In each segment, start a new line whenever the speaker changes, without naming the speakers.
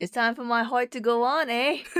It's time for my heart to go on, eh?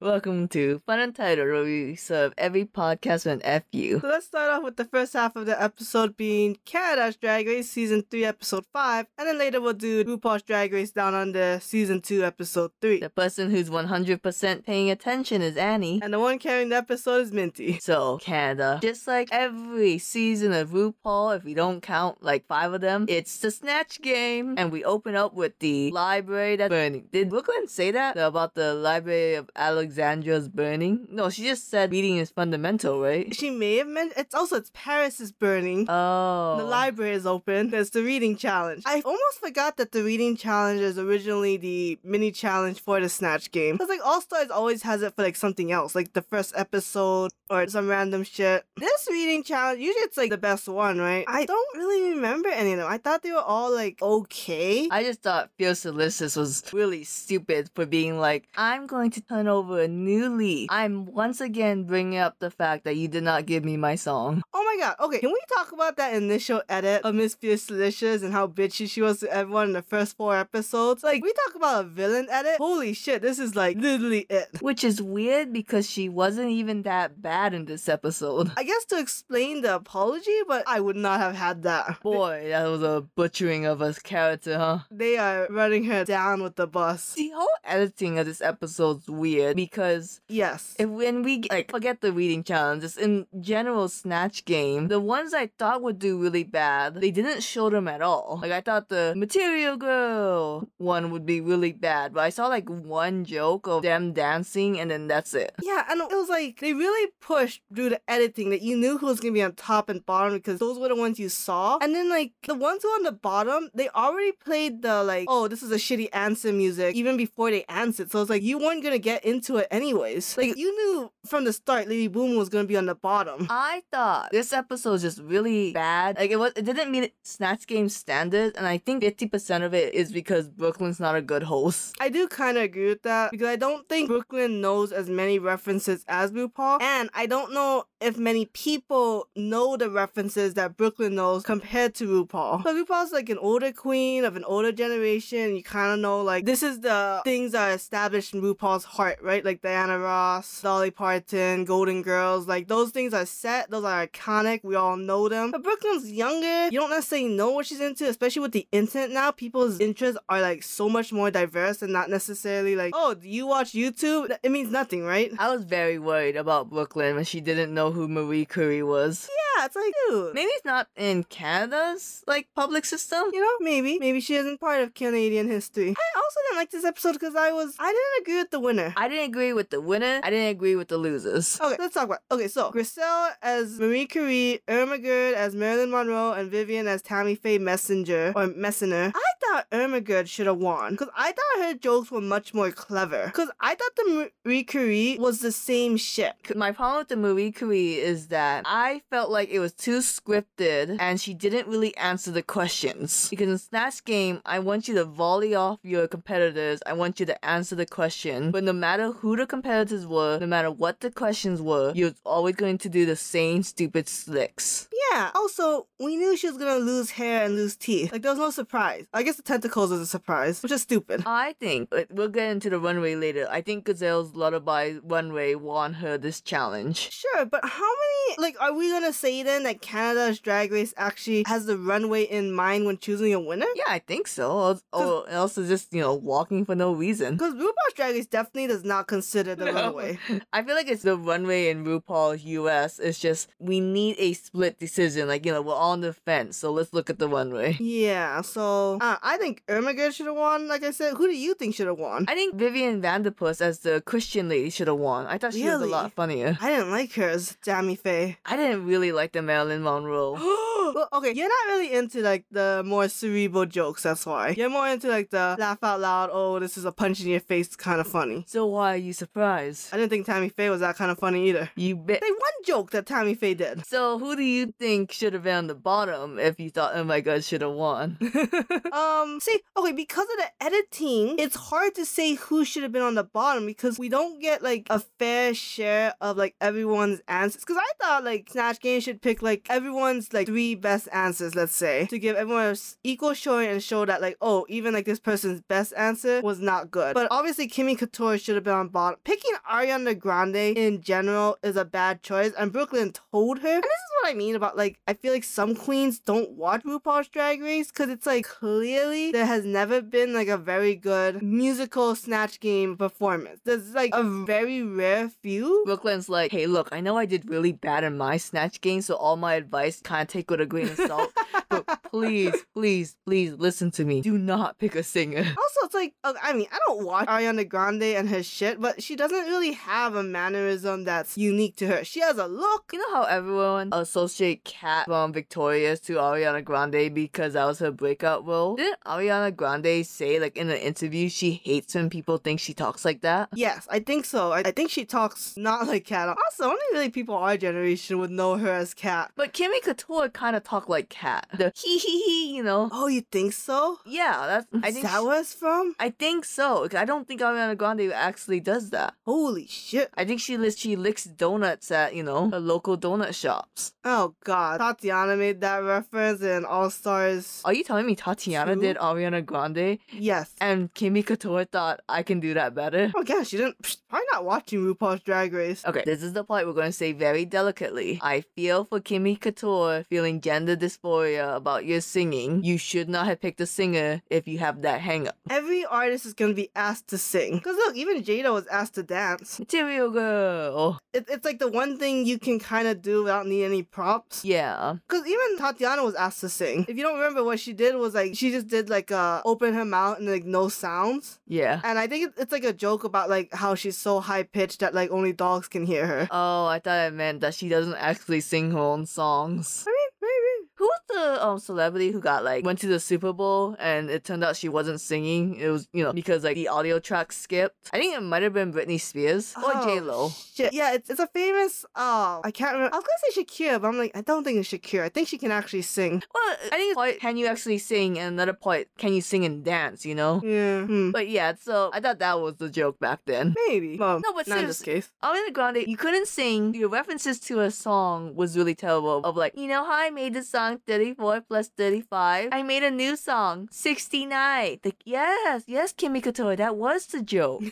Welcome to Fun and Title, where we serve every podcast with an FU.
So let's start off with the first half of the episode being Canada's Drag Race Season 3, Episode 5, and then later we'll do RuPaul's Drag Race Down Under Season 2, Episode 3.
The person who's 100% paying attention is Annie.
And the one carrying the episode is Minty.
So, Canada, just like every season of RuPaul, if we don't count like five of them, it's the Snatch Game. And we open up with the library that's burning. Did Brooklyn say that? About the Library of Alexandria's burning? No, she just said reading is fundamental, right?
She may have meant it's also it's Paris is burning.
Oh.
the library is open. There's the reading challenge. I almost forgot that the reading challenge is originally the mini challenge for the Snatch game. Because, like, All Stars always has it for, like, something else, like the first episode or some random shit. This reading challenge, usually it's, like, the best one, right? I don't really remember any of them. I thought they were all, like, okay.
I just thought Fierce Delicious was really stupid for being like, I'm going to turn over a new leaf. I'm once again bringing up the fact that you did not give me my song.
Oh my god. Okay, can we talk about that initial edit of Miss Fierce Delicious and how bitchy she was to everyone in the first four episodes? Like, we talk about a villain edit. Holy shit, this is like literally it.
Which is weird because she wasn't even that bad in this episode.
I guess to explain the apology, but I would not have had that.
Boy, that was a butchering of a character, huh?
They are running her down with the bus.
The whole editing of this episode's weird because
Yes.
if, when we like forget the reading challenges in general snatch game, the ones I thought would do really bad, they didn't show them at all. Like I thought the material girl one would be really bad, but I saw like one joke of them dancing and then that's it.
yeah, and it was like they really pushed through the editing that you knew who was gonna be on top and bottom because those were the ones you saw. And then like the ones who were on the bottom, they already played the like, oh, this is a shitty answer music even before they answered. So it's like you weren't gonna get into it anyways. Like you knew from the start Lady Boom was gonna be on the bottom.
I thought this episode was just really bad. Like it was, it didn't meet Snatch Game standards, and I think fifty percent of it is because Brooklyn's not a good host.
I do kind of agree with that because I don't think Brooklyn knows as many references as RuPaul, and I don't know if many people know the references that Brooklyn knows compared to RuPaul. But RuPaul's like an older queen of an older generation. You kind of know like this is the things that are established in RuPaul's heart, right? Like Diana Ross, Dolly Parton, Golden Girls, like those things are set. Those are iconic. We all know them. But Brooklyn's younger. You don't necessarily know what she's into, especially with the internet now. People's interests are like so much more diverse and not necessarily like, oh, do you watch YouTube? Th- It means nothing, right?
I was very worried about Brooklyn when she didn't know who Marie Curie was.
Yeah, it's like, dude.
Maybe it's not in Canada's like public system.
You know, maybe, maybe she isn't part of Canadian history. I also didn't like this episode because I was, I didn't agree with the winner.
I didn't agree with the winner. I didn't agree with the losers.
Okay, let's talk about. Okay, so Griselle as Marie Curie, Irma Gerd as Marilyn Monroe, and Vivian as Tammy Faye Messenger or Messiner. I thought Irma Gerd should have won because I thought her jokes were much more clever. Because I thought the Marie Curie was the same shit.
My problem with the Marie Curie is that I felt like it was too scripted and she didn't really answer the questions. Because in Snatch Game, I want you to volley off your competitors, I want you to answer the question. But no matter who the competitors were, no matter what the questions were, you're always going to do the same stupid slicks.
Yeah. Also, we knew she was gonna lose hair and lose teeth. Like there was no surprise. I guess the tentacles was a surprise, which is stupid.
I think, but we'll get into the runway later. I think Gazelle's Lullaby runway won her this challenge.
Sure, but how many like are we gonna say then that Canada's Drag Race actually has the runway in mind when choosing a winner?
Yeah, I think so. Or, or else it's just, you know, walking for no reason.
Because RuPaul's Drag Race definitely does not consider the
No.
runway.
I feel like it's the runway in RuPaul US. It's just we need a split decision. Like, you know, we're all on the fence, so let's look at the runway.
Yeah, so uh, I think Irma Gerd should have won. Like I said, who do you think should have won? I,
I think Vivian Vanderpuss as the Christian lady should have won. I thought she was a
Really?
lot funnier.
didn't like hers, Tammy Faye.
I didn't really like the Marilyn Monroe.
well, okay, you're not really into like the more cerebral jokes. That's why you're more into like the laugh out loud. Oh, this is a punch in your face, kind of funny.
So why are you surprised?
I didn't think Tammy Faye was that kind of funny either.
You bet.
They one joke that Tammy Faye did.
So who do you think should have been on the bottom if you thought, oh my god, should have won?
Um, see, okay, because of the editing, it's hard to say who should have been on the bottom because we don't get like a fair share of like everyone's answers. Because I thought like Snatch Game should pick like everyone's like three best answers, let's say, to give everyone an s- equal showing and show that like, oh, even like this person's best answer was not good. But obviously, Kimmy Couture should have been on bottom. Picking Ariana Grande in general is a bad choice, and Brooklyn told her. And this is what I mean about like, I feel like some queens don't watch RuPaul's Drag Race because it's like clearly there has never been like a very good musical snatch game performance. There's like a very rare few.
Brooklyn's like, hey, look, I know I did really bad in my snatch game, so all my advice kind of take with a grain of salt. but please, please, please listen to me. Do not pick a singer.
Also, it's like, uh, I mean, I don't watch Ariana Grande and her shit, but she doesn't really have a mannerism that's unique to her. She has a look.
You know how everyone associate Kat from Victorious to Ariana Grande because that was her breakout role? Didn't Ariana Grande say, like, in an interview, she hates when people think she talks like that?
Yes, I think so. I, I think she talks not like Cat. Also, only really people our generation would know her as Cat.
But Kimmy Couture kind of talked like Kat. The hee hee hee, you know?
Oh, you think so?
Yeah, that's. I
Is
think
that where it's from?
I think so. 'cause I don't think Ariana Grande actually does that.
Holy shit.
I think she lis- she licks donuts at you know her local donut shops.
Oh, God. Tatiana made that reference in All Stars.
Are you telling me Tatiana
True.
did Ariana Grande
Yes.
and Kimmy Couture thought I can do that better?
Oh, yeah, she didn't. psh, Probably not watching RuPaul's Drag Race.
Okay, this is the part we're going to say very delicately. I feel for Kimmy Couture feeling gender dysphoria about your singing. You should not have picked a singer if you have that hang up.
Every artist is gonna be asked to sing. Cause look, even Jada was asked to dance.
Material girl. Oh,
it, it's like the one thing you can kind of do without needing any props.
Yeah.
Because even Tatiana was asked to sing. If you don't remember, what she did was like she just did like uh open her mouth and like no sounds.
Yeah.
And I think it, it's like a joke about like how she's so high pitched that like only dogs can hear her.
Oh, I thought it meant that she doesn't actually sing her own songs.
I mean, maybe.
Who was the um celebrity who got like went to the Super Bowl and it turned out she wasn't singing? It was you know because like the audio track skipped. I think it might have been Britney Spears or
Oh,
J Lo.
Shit. Yeah, it's, it's a famous. Oh, I can't remember. I was gonna say Shakira, but I'm like, I don't think it's Shakira. I think she can actually sing.
Well, I think it's part can you actually sing and another part can you sing and dance? You know.
Yeah. Hmm.
But yeah, so I thought that was the joke back then.
Maybe. Well,
No, but
not in this case.
Ariana Grande, you couldn't sing. Your references to a song was really terrible. Of like, you know how I made the song 34 plus 35? I made a new song, 69. Like, yes, yes, Kimmy Couture, that was the joke.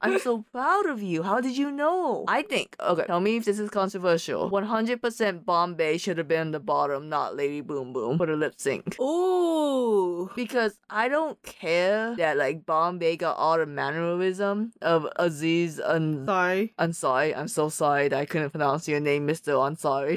I'm so proud of you. How did you know? I think, okay, tell me if this is controversial. 100% Bombay should have been the bottom, not Lady Boom Boom, for the lip sync.
Ooh.
Because I don't care that like Bombay got all the mannerism of Aziz and
Sorry.
I'm sorry. I'm so sorry that I couldn't pronounce your name, Mr. I'm sorry.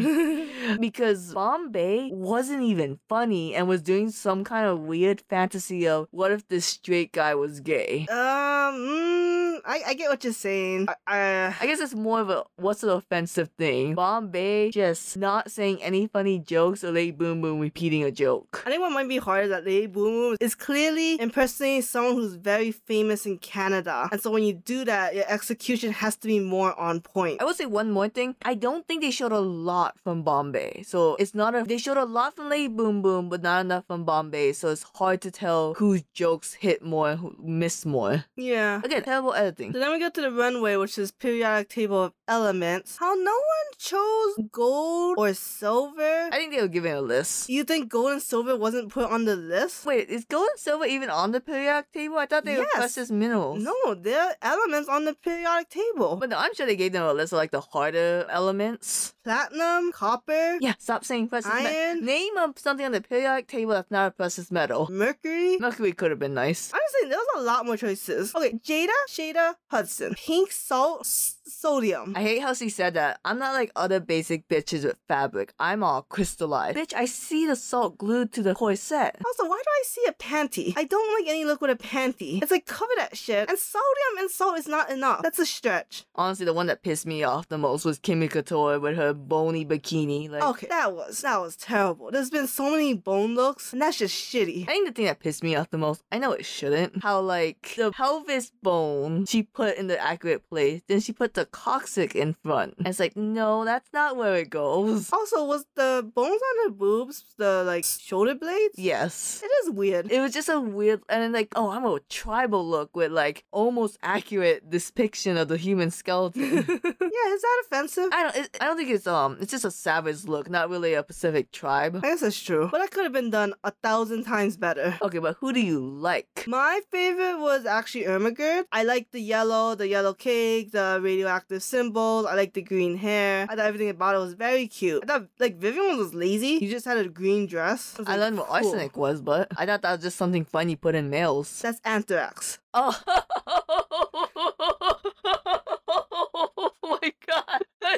because Bombay wasn't even funny and was doing some kind of weird fantasy of what if this straight guy was gay?
Um, mm, I, I get what you're saying. I,
I
I,
guess it's more of a what's an offensive thing. Bombay just not saying any funny jokes or late boom boom repeating a joke.
I think what might be hard is that Lady Boom Boom is clearly impersonating someone who's very famous in Canada. And so when you do that, your execution has to be more on point.
I will say one more thing. I don't think they showed a lot from Bombay. So it's not a they showed a lot from Lady Boom Boom, but not enough from Bombay. So it's hard to tell whose jokes hit more and who missed more.
Yeah.
Again, terrible editing.
So then we go to the runway, which is periodic table of elements. How no one chose gold or silver?
I think they were giving a list.
You think gold and silver wasn't put on the list?
Wait, is gold and silver even on the periodic table? I thought they were
Yes.
precious minerals.
No, there are elements on the periodic table.
But no, I'm sure they gave them a list of like the harder elements.
Platinum, copper,
Yeah, stop saying precious metal.
Iron.
Name of something on the periodic table that's not a precious metal.
mercury,
Mercury could have been nice.
I'm just saying there was a lot more choices. Okay, Jada, Shada, Hudson, pink salt, s- sodium.
I hate how she said that. I'm not like other basic bitches with fabric. I'm all crystallized. Bitch, I see the salt glued to the corset.
also, why do I see a panty? I don't like any look with a panty. It's like cover that shit. And sodium and salt is not enough. That's a stretch.
Honestly, the one that pissed me off the most was Kimmy Couture with her bony bikini. Like,
Okay, that was that was terrible. There's been so many bone looks, and that's just shitty.
I think the thing that pissed me off the most, I know it shouldn't, how like the pelvis bone she put in the accurate place, then she put the coccyx in front. And it's like, no, that's not where it goes.
Also, was the bones on her boobs the like shoulder blades?
Yes.
It is weird.
It was just a weird, and then like, oh, I'm a tribal look with like almost accurate depiction of the human
yeah,
skeleton.
is that offensive?
I don't, it, I don't think it's um, it's just a savage look, not really a Pacific tribe.
I guess that's true. But that could have been done a thousand times better.
Okay, but who do you like?
My favorite was actually Ermagerd. I like the yellow, the yellow cake, the radioactive symbols. I like the green hair. I thought everything about it was very cute. I thought like Vivian was lazy. He just had a green dress. was
I
like,
learned what
cool.
arsenic was, but I thought that was just something fun you put in mails.
That's anthrax.
Oh. oh my god. I,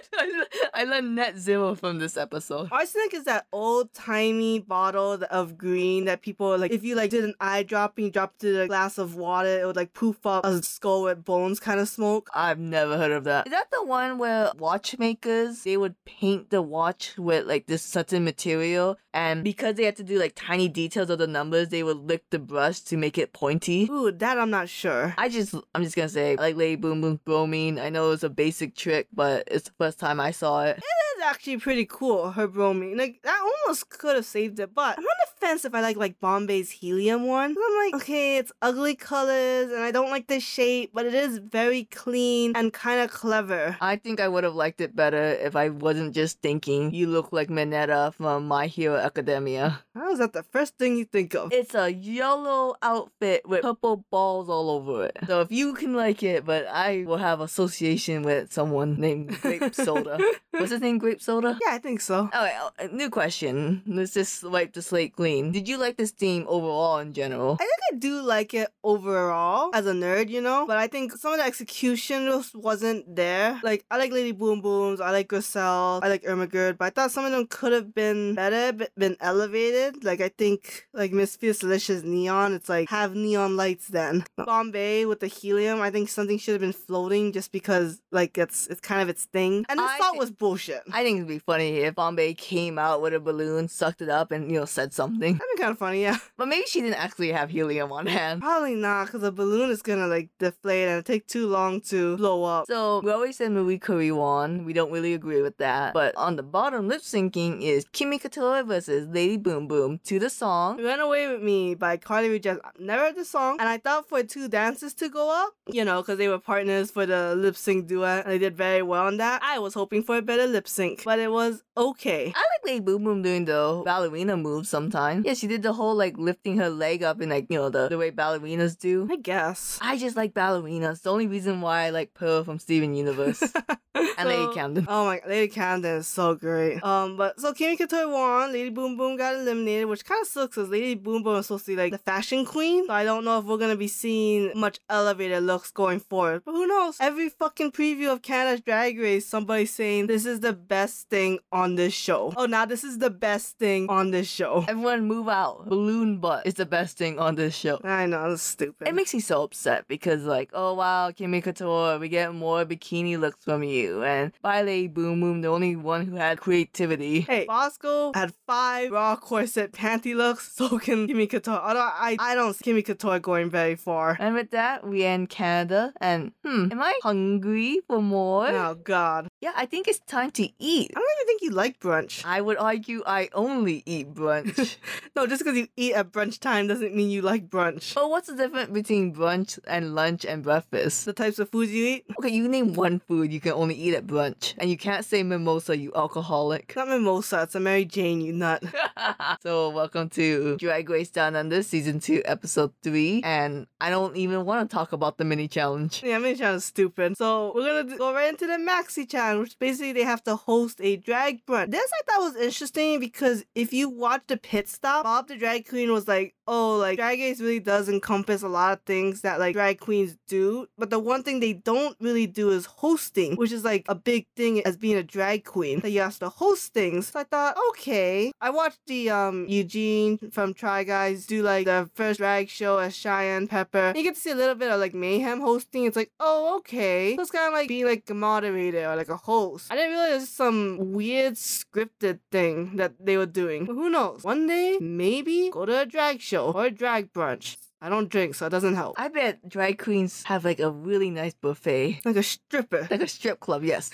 I learned net zero from this episode.
Arsenic is that old timey bottle th- of green that people like. If you like did an eye drop and you dropped it in a glass of water, it would like poof up a skull with bones kind of smoke.
I've never heard of that. Is that the one where watchmakers they would paint the watch with like this certain material and because they had to do like tiny details of the numbers, they would lick the brush to make it pointy?
Ooh, that I'm not sure.
I just I'm just gonna say I like Lady Boom Boom bromine. I know it's a basic trick, but it's the first time I saw it.
is actually pretty cool, her bromine. Like that almost could have saved it, but I'm on the fence if I like like Bombay's helium one. 'Cause I'm like, okay, it's ugly colors and I don't like the shape, but it is very clean and kind of clever.
I think I would have liked it better if I wasn't just thinking you look like Mineta from My Hero Academia.
How is that the first thing you think of?
It's a yellow outfit with purple balls all over it. So if you can like it, but I will have association with someone named Grape Soda. What's his name? Grape Soda?
yeah, I think so.
All right, uh, new question. Let's just wipe the slate clean. Did you like this theme overall in general?
I think I do like it overall as a nerd, you know, but I think some of the execution just wasn't there. Like, I like Lady Boom Booms, I like Griselle, I like Irma Gerd, but I thought some of them could have been better, b- been elevated. Like, I think, like, Miss Fierce Delicious Neon, it's like, have neon lights then. Bombay with the helium, I think something should have been floating just because, like, it's it's kind of its thing. And the
I
salt
thi-
was bullshit.
I think it'd be funny if Bombay came out with a balloon, sucked it up, and you know said something.
That'd be kind of funny, yeah.
But maybe she didn't actually have helium on hand.
Probably not, because the balloon is gonna like deflate and take too long to blow up.
So we always said Marie Curie won. We don't really agree with that. But on the bottom lip syncing is Kimi Katoa versus Lady Boom Boom to the song.
Run Away With Me by Carly Rae Jepsen. I've Never heard the song. And I thought for two dances to go up, you know, because they were partners for the lip sync duet. And they did very well on that. I was hoping for a better lip sync, but it was okay.
I like Lady Boom Boom doing the ballerina moves sometimes. Yeah, she did the whole like lifting her leg up and like, you know, the, the way ballerinas do.
I guess.
I just like ballerinas. The only reason why I like Pearl from Steven Universe and Lady
So-
Camden.
Oh my, Lady Camden is so great. Um, but so Kimi Katoi won. Lady Boom Boom got eliminated, which kind of sucks because Lady Boom Boom is supposed to be like the fashion queen. So I don't know if we're gonna be seeing much elevated looks going forward. But who knows? Every fucking preview of Canada's Drag Race, somebody's saying this is the best thing on this show. Oh, now this is the best thing on this show.
Everyone move out. Balloon butt is the best thing on this show.
I know that's stupid.
It makes me so upset because like, oh wow, Kimmy Couture, we get more bikini looks from you, and by Lady Boom Boom, the only one who had creativity.
Hey, Bosco had five raw corset panty looks. So can Kimi Katoi. Although I, I don't see Kimi Katoi going very far.
And with that, we end Canada, and hmm, am I hungry for more?
Oh God.
Yeah, I think it's time to eat.
I don't even think you like brunch.
I would argue I only eat brunch.
No, just because you eat at brunch time doesn't mean you like brunch.
but what's the difference between brunch and lunch and breakfast?
The types of foods you eat?
Okay, you name one food you can only eat at brunch, and you can't say mimosa, you alcoholic.
Not mimosa, it's a Mary Jane, you nut.
so welcome to Drag Race Down Under Season 2 Episode 3 and I don't even want to talk about the mini challenge.
Yeah, Mary Jane is stupid. So we're gonna d- go right into the Maxi Chan, which basically they have to host a drag brunch. This I thought was interesting because if you watch the pit stop, Bob the drag queen was like, "Oh, like drag race really does encompass a lot of things that like drag queens do, but the one thing they don't really do is hosting, which is like a big thing as being a drag queen that you have to host things." So I thought, okay, I watched the um Eugene from Try Guys do like the first drag show at Cheyenne Pepper. You get to see a little bit of like mayhem hosting. It's like, oh, okay. So it's kind of like being like a moderator or like a host. I didn't realize it was some weird scripted thing that they were doing. But who knows? One day, maybe go to a drag show or a drag brunch. I don't drink, so it doesn't help.
I bet drag queens have like a really nice buffet,
like a stripper.
like a strip club. Yes.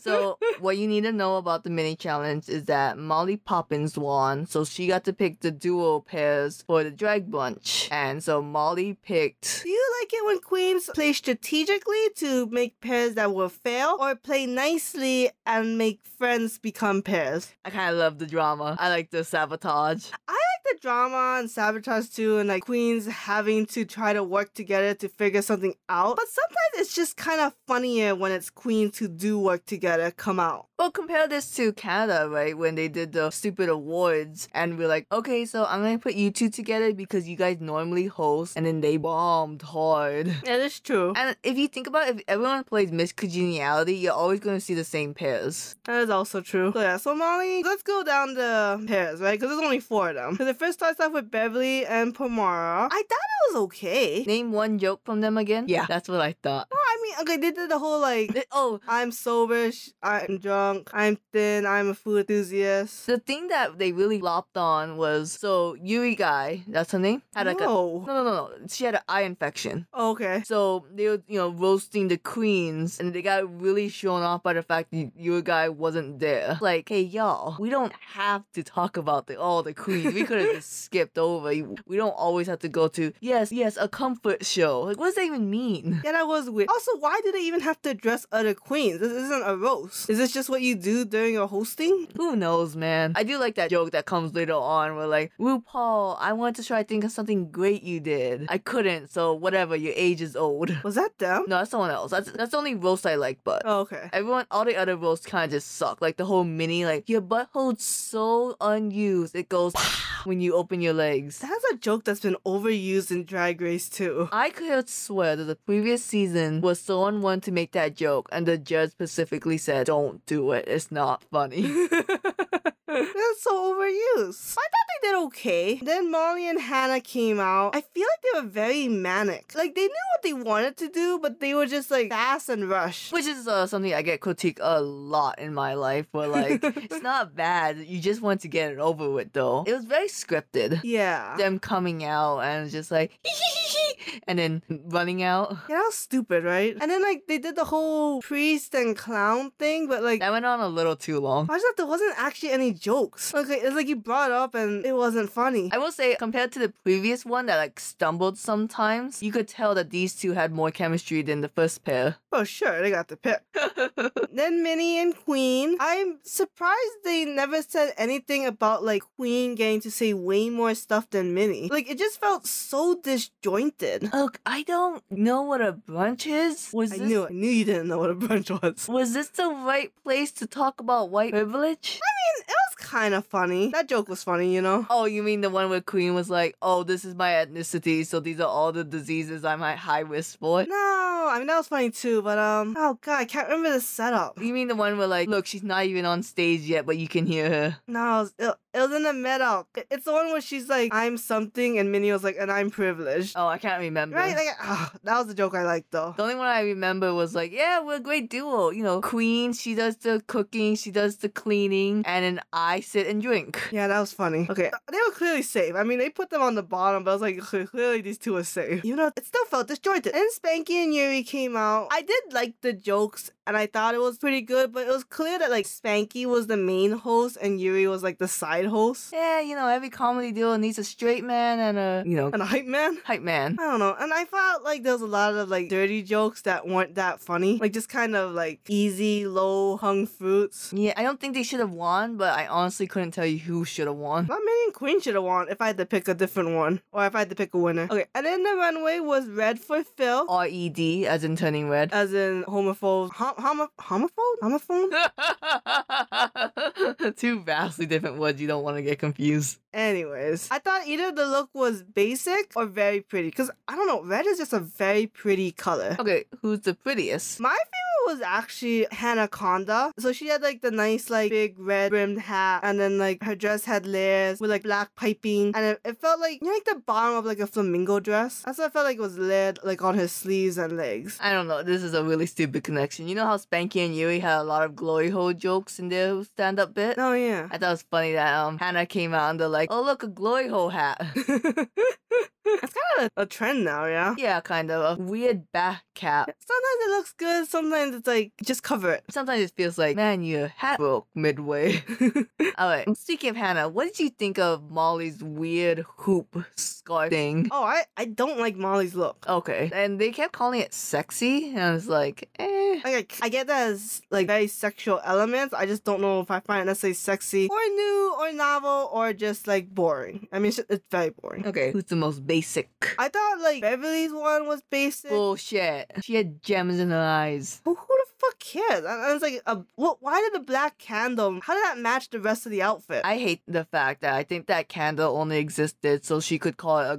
So what you need to know about the mini challenge is that Molly Poppins won, so she got to pick the duo pairs for the drag bunch, and so Molly picked.
Do you like it when queens play strategically to make pairs that will fail, or play nicely and make friends become pairs?
I kind of love the drama. I like the sabotage.
Like the drama and sabotage too, and like queens having to try to work together to figure something out. But sometimes it's just kind of funnier when it's queens who do work together come out.
Well, compare this to Canada, right? When they did the stupid awards, and we're like, okay, so I'm gonna put you two together because you guys normally host, and then they bombed hard.
That is true.
And if you think about it, if everyone plays Miss Congeniality, you're always going to see the same pairs.
That is also true. So yeah, so Molly, let's go down the pairs, right? Because there's only four of them. Because it first starts off with Beverly and Pomara. I thought it was okay.
Name one joke from them again? Yeah, that's what I thought.
No, I mean, okay, they did the whole like,
Th- Oh,
I'm sober, sh- I'm drunk, I'm thin, I'm a food enthusiast.
the thing that they really lopped on was so Yui guy, that's her name, had like a
no.
no no no no. She had an eye infection.
Okay.
So they were, you know, roasting the queens, and they got really shown off by the fact that your guy wasn't there. Like, hey, y'all, we don't have to talk about the, all the queens. We could have just skipped over. We don't always have to go to yes, yes, a comfort show. Like, what does that even mean?
Yeah, that was weird. Also, why do they even have to address other queens? This isn't a roast. Is this just what you do during your hosting?
Who knows, man? I do like that joke that comes later on where, like, RuPaul, I wanted to try to think of something great you did. I couldn't, so whatever, your age is old.
Was that them?
No, that's someone else. That's, that's the only roast I like, but.
Oh, okay.
Everyone, all the other roles kind of just suck. Like the whole mini, like your butthole's so unused, it goes when you open your legs.
That's a joke that's been overused in Drag Race too.
I could swear that the previous season was someone wanted to make that joke, and the judge specifically said, "Don't do it. It's not funny."
That's so overused. I thought they did okay. Then Molly and Hannah came out. I feel like they were very manic. Like they knew what they wanted to do, but they were just like fast and rush.
Which is uh, something I get critiqued a lot in my life, but like it's not bad. You just want to get it over with, though. It was very scripted.
Yeah.
Them coming out and just like, and then running out.
Yeah, that was stupid, right? And then like they did the whole priest and clown thing, but like
That went on a little too long.
I just thought there wasn't actually any jokes. Okay, it's like you brought it up and it wasn't funny.
I will say, compared to the previous one that like stumbled sometimes, you could tell that these two had more chemistry than the first pair.
Oh sure, they got the pick. then Minnie and Queen. I'm surprised they never said anything about like Queen getting to say way more stuff than Minnie. Like it just felt so disjointed.
Look, I don't know what a brunch is. Was
I
this
knew I knew you didn't know what a brunch was.
was this the right place to talk about white privilege?
And it was kind of funny. That joke was funny, you know.
Oh, you mean the one where Queen was like, "Oh, this is my ethnicity, so these are all the diseases I'm at high risk for."
No, I mean that was funny too, but um, oh god, I can't remember the setup.
You mean the one where like, look, she's not even on stage yet, but you can hear her.
No, it was, it, it was in the middle. It- It's the one where she's like, "I'm something," and Minnie was like, "And I'm privileged."
Oh, I can't remember.
Right? Like, ah, that was the joke I liked though.
The only one I remember was like, yeah, we're a great duo. You know, Queen, she does the cooking, she does the cleaning, and then I sit and drink.
Yeah, that was funny. Okay, they were clearly safe. I mean, they put them on the bottom, but I was like, "Cle- clearly these two are safe. You know, it still felt disjointed. And Spanky and Yuri came out. I did like the jokes, and I thought it was pretty good, but it was clear that like Spanky was the main host and Yuri was like the side host
Yeah, you know, every comedy duo needs a straight man and a, you know,
and a hype man.
hype man.
I don't know. And I felt like there was a lot of like dirty jokes that weren't that funny. Like just kind of like easy, low hung fruits.
Yeah, I don't think they should have won, but I honestly couldn't tell you who should have won.
Not many and Queen should have won if I had to pick a different one. Or if I had to pick a winner. Okay, and then the runway was red for Phil.
R E D, as in turning red.
As in homophobe. Hom- homo- homophobe? Homophone?
Two vastly different words. You don't want to get confused.
Anyways, I thought either the look was basic or very pretty. Because I don't know, red is just a very pretty color.
Okay, who's the prettiest?
My favorite was actually Hannah Conda. So she had like the nice like big red brimmed hat, and then like her dress had layers with like black piping, and it, it felt like you know, like the bottom of like a flamingo dress. That's what I felt like it was layered like on his sleeves and legs.
I don't know. This is a really stupid connection. You know how Spanky and Yui had a lot of glory hole jokes in their stand up bit?
Oh yeah.
I thought it was funny that um Hannah came out under like, oh look, a glory hole hat.
That's kind of a, a trend now, yeah.
yeah, kind of a weird back cap.
Sometimes it looks good, sometimes it's like just cover it.
Sometimes it feels like, man, your hat broke midway. All right. Speaking of Hannah, what did you think of Molly's weird hoop scarf thing?
Oh, I I don't like Molly's look.
Okay. And they kept calling it sexy, and I was like, eh.
Like I, I get that as like very sexual elements. I just don't know if I find it necessarily sexy or new or novel or just like boring. I mean, it's, it's very boring.
Okay. Who's the most basic?
I thought like Beverly's one was basic.
Bullshit. She had gems in her eyes.
who, who the fuck cares? I, I was like, a, what, why did the black candle? How did that match the rest of the outfit?
I hate the fact that I think that candle only existed so she could call it a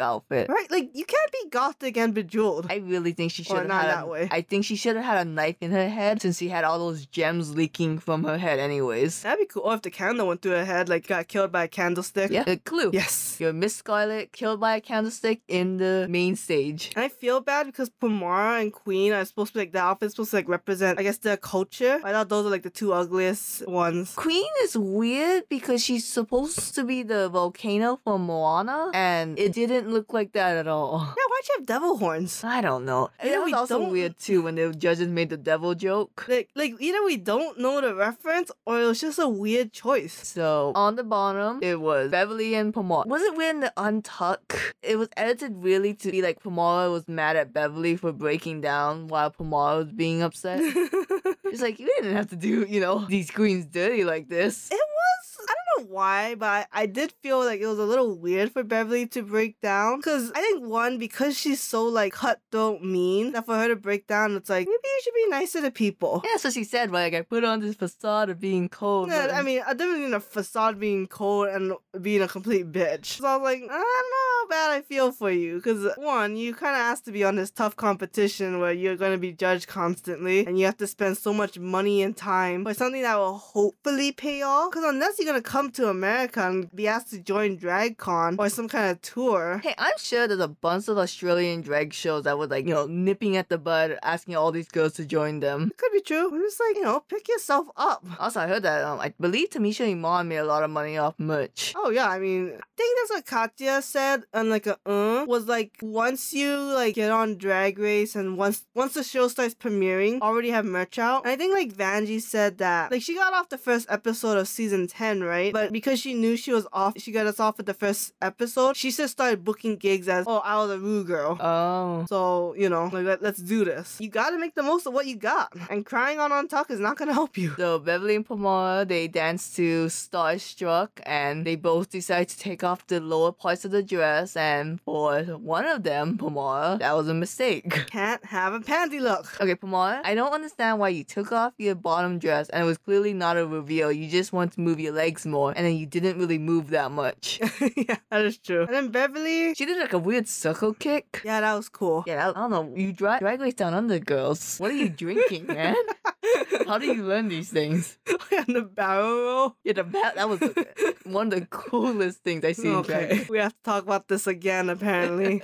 outfit.
right, like you can't be gothic and bejeweled.
I really think she
Or
should have
not
had
that
a-
way.
I think she should have had a knife in her head since she had all those gems leaking from her head anyways.
That'd be cool. Or if the candle went through her head, like got killed by a candlestick.
Yeah. A clue.
Yes.
Your Miss Scarlet killed by a candlestick in the main stage.
And I feel bad because Pomara and Queen are supposed to be like the outfit's supposed to like represent I guess their culture. I thought those are like the two ugliest ones.
Queen is weird because she's supposed to be the volcano from Moana, and it didn't look like that at all.
Yeah, why'd you have devil horns?
I don't know.
You
It
know,
was
we
also
don't-
weird too when the judges made the devil joke.
Like like either we don't know the reference or it was just a weird choice.
So on the bottom, it was Beverly and Pomona. Was it weird in the untuck? It was edited really to be like Pomona was mad at Beverly for breaking down while Pomona was being upset.
it
It's like you didn't have to do, you know, these queens dirty like this.
was I don't know why, but I, I did feel like it was a little weird for Beverly to break down. Cause I think one, because she's so like cutthroat mean that for her to break down, it's like maybe you should be nicer to people.
Yeah, so she said, like I put on this facade of being cold.
No,
but-
I mean, I definitely mean a facade being cold and being a complete bitch. So I was like, I don't know how bad I feel for you. Because, one, you kind of asked to be on this tough competition where you're going to be judged constantly and you have to spend so much money and time for something that will hopefully pay off. Because unless you're going to come to America and be asked to join DragCon or some kind of tour,
Hey, I'm sure there's a bunch of Australian drag shows that was like, you know, nipping at the bud, asking all these girls to join them.
it could be true. I'm just like, you know, pick yourself up.
Also, I heard that um, I believe Tamisha Iman made a lot of money off merch.
Oh yeah, I mean, I think that's what Katya said, and like a uh, was like once you like get on Drag Race, and once once the show starts premiering, already have merch out. And I think like Vanjie said that like she got off the first episode of season ten, right? But because she knew she was off, she got us off at the first episode. She just started booking gigs as oh I was a Rue girl.
Oh.
so, you know, like, let, let's do this. You gotta make the most of what you got. And crying on on talk is not gonna help you.
So Beverly and Pomona, they dance to Starstruck and they both decide to take off the lower parts of the dress and for one of them, Pomona, that was a mistake.
Can't have a panty look.
Okay, Pomona, I don't understand why you took off your bottom dress and it was clearly not a reveal. You just want to move your legs more and then you didn't really move that much.
yeah, that is true. And then Beverly,
She did like a weird circle kick. Yeah,
Yeah, that was cool.
I, I don't know. You drag, drag race down under, girls. What are you drinking, man? How do you learn these things?
and the barrel roll.
Yeah, the bat, that was the- one of the coolest things I see in drag.
we have to talk about this again. Apparently,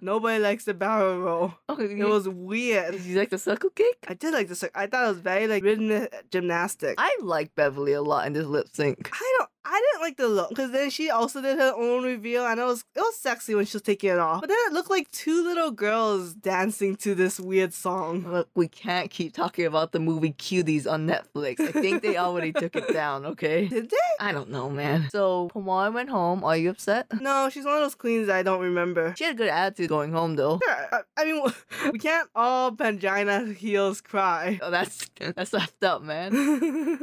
nobody likes the barrel roll.
okay,
It
you,
was weird.
did you like the circle kick?
I did like this. I thought it was very like rhythmic gymnastics. I,
I like Beverly a lot in this lip sync.
don't. I didn't like the look because then she also did her own reveal, and it was it was sexy when she was taking it off. But then it looked like two little girls dancing to this weird song.
Look, we can't keep talking about the movie Cuties on Netflix. I think they already took it down, okay?
Did they?
I don't know, man. So, Pomar went home. Are you upset?
No, she's one of those queens that I don't remember.
She had a good attitude going home, though.
Sure, I, I mean, we can't all Pangina heels cry.
Oh, that's that's effed up, man.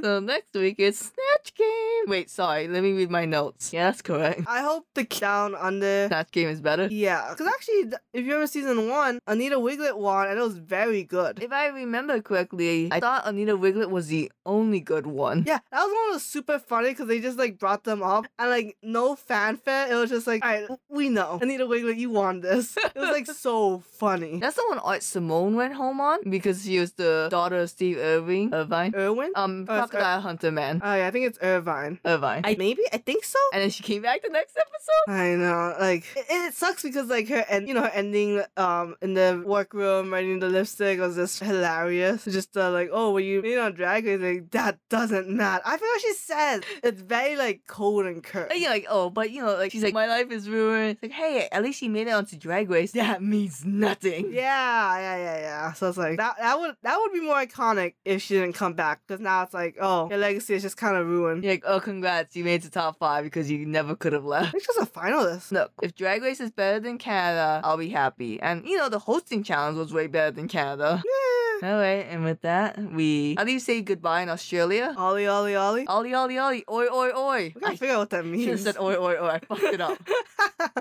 So next week it's Snatch Game. Wait, sorry. Let me read my notes. Yeah, that's correct.
I hope the down under.
Snatch Game is better.
Yeah, because actually, th- if you remember season one, Anita Wiglet won, and it was very good.
If I remember correctly, I thought Anita Wiglet was the only good one.
Yeah, that was one that was super funny because they just like brought them up and like no fanfare. It was just like, all right, we know Anita Wiglet, you won this. It was like so funny.
That's the that when Art Simone went home on because she was the daughter of Steve Irving Irvine.
Irwin? Oh,
Um,
it's Ir-
Crocodile Hunter Man
oh, yeah, I think it's Irvine.
Irvine.
I, Maybe? I think so?
and then she came back the next episode.
I know, like it, it sucks because like her and you know her ending um in the workroom writing the lipstick was just hilarious. Just uh, like oh, were you made on drag race? Like that doesn't matter. I forgot what she said. It's very like cold and curt.
And you're like, oh, but you know, like she's like, my life is ruined. It's like, hey, at least she made it onto Drag Race. That means nothing.
Yeah, yeah, yeah, yeah. So it's like that. That would that would be more iconic if she didn't come back because now it's like oh, your legacy is just kind of ruined.
You're like, oh, congrats, you made it to top five because you never could have
I
left.
think she's a finalist.
Look, if Drag Race is better than Canada, I'll be happy. And you know, the hosting challenge was way better than Canada.
Yeah.
All right, and with that, we how do you say goodbye in Australia?
Ollie, Ollie, Ollie.
Ollie, ollie, ollie, oi, oi, oi.
We gotta
Oh, I
figure out what that
should have
means.
said oi, oi, oi. I fucked it up.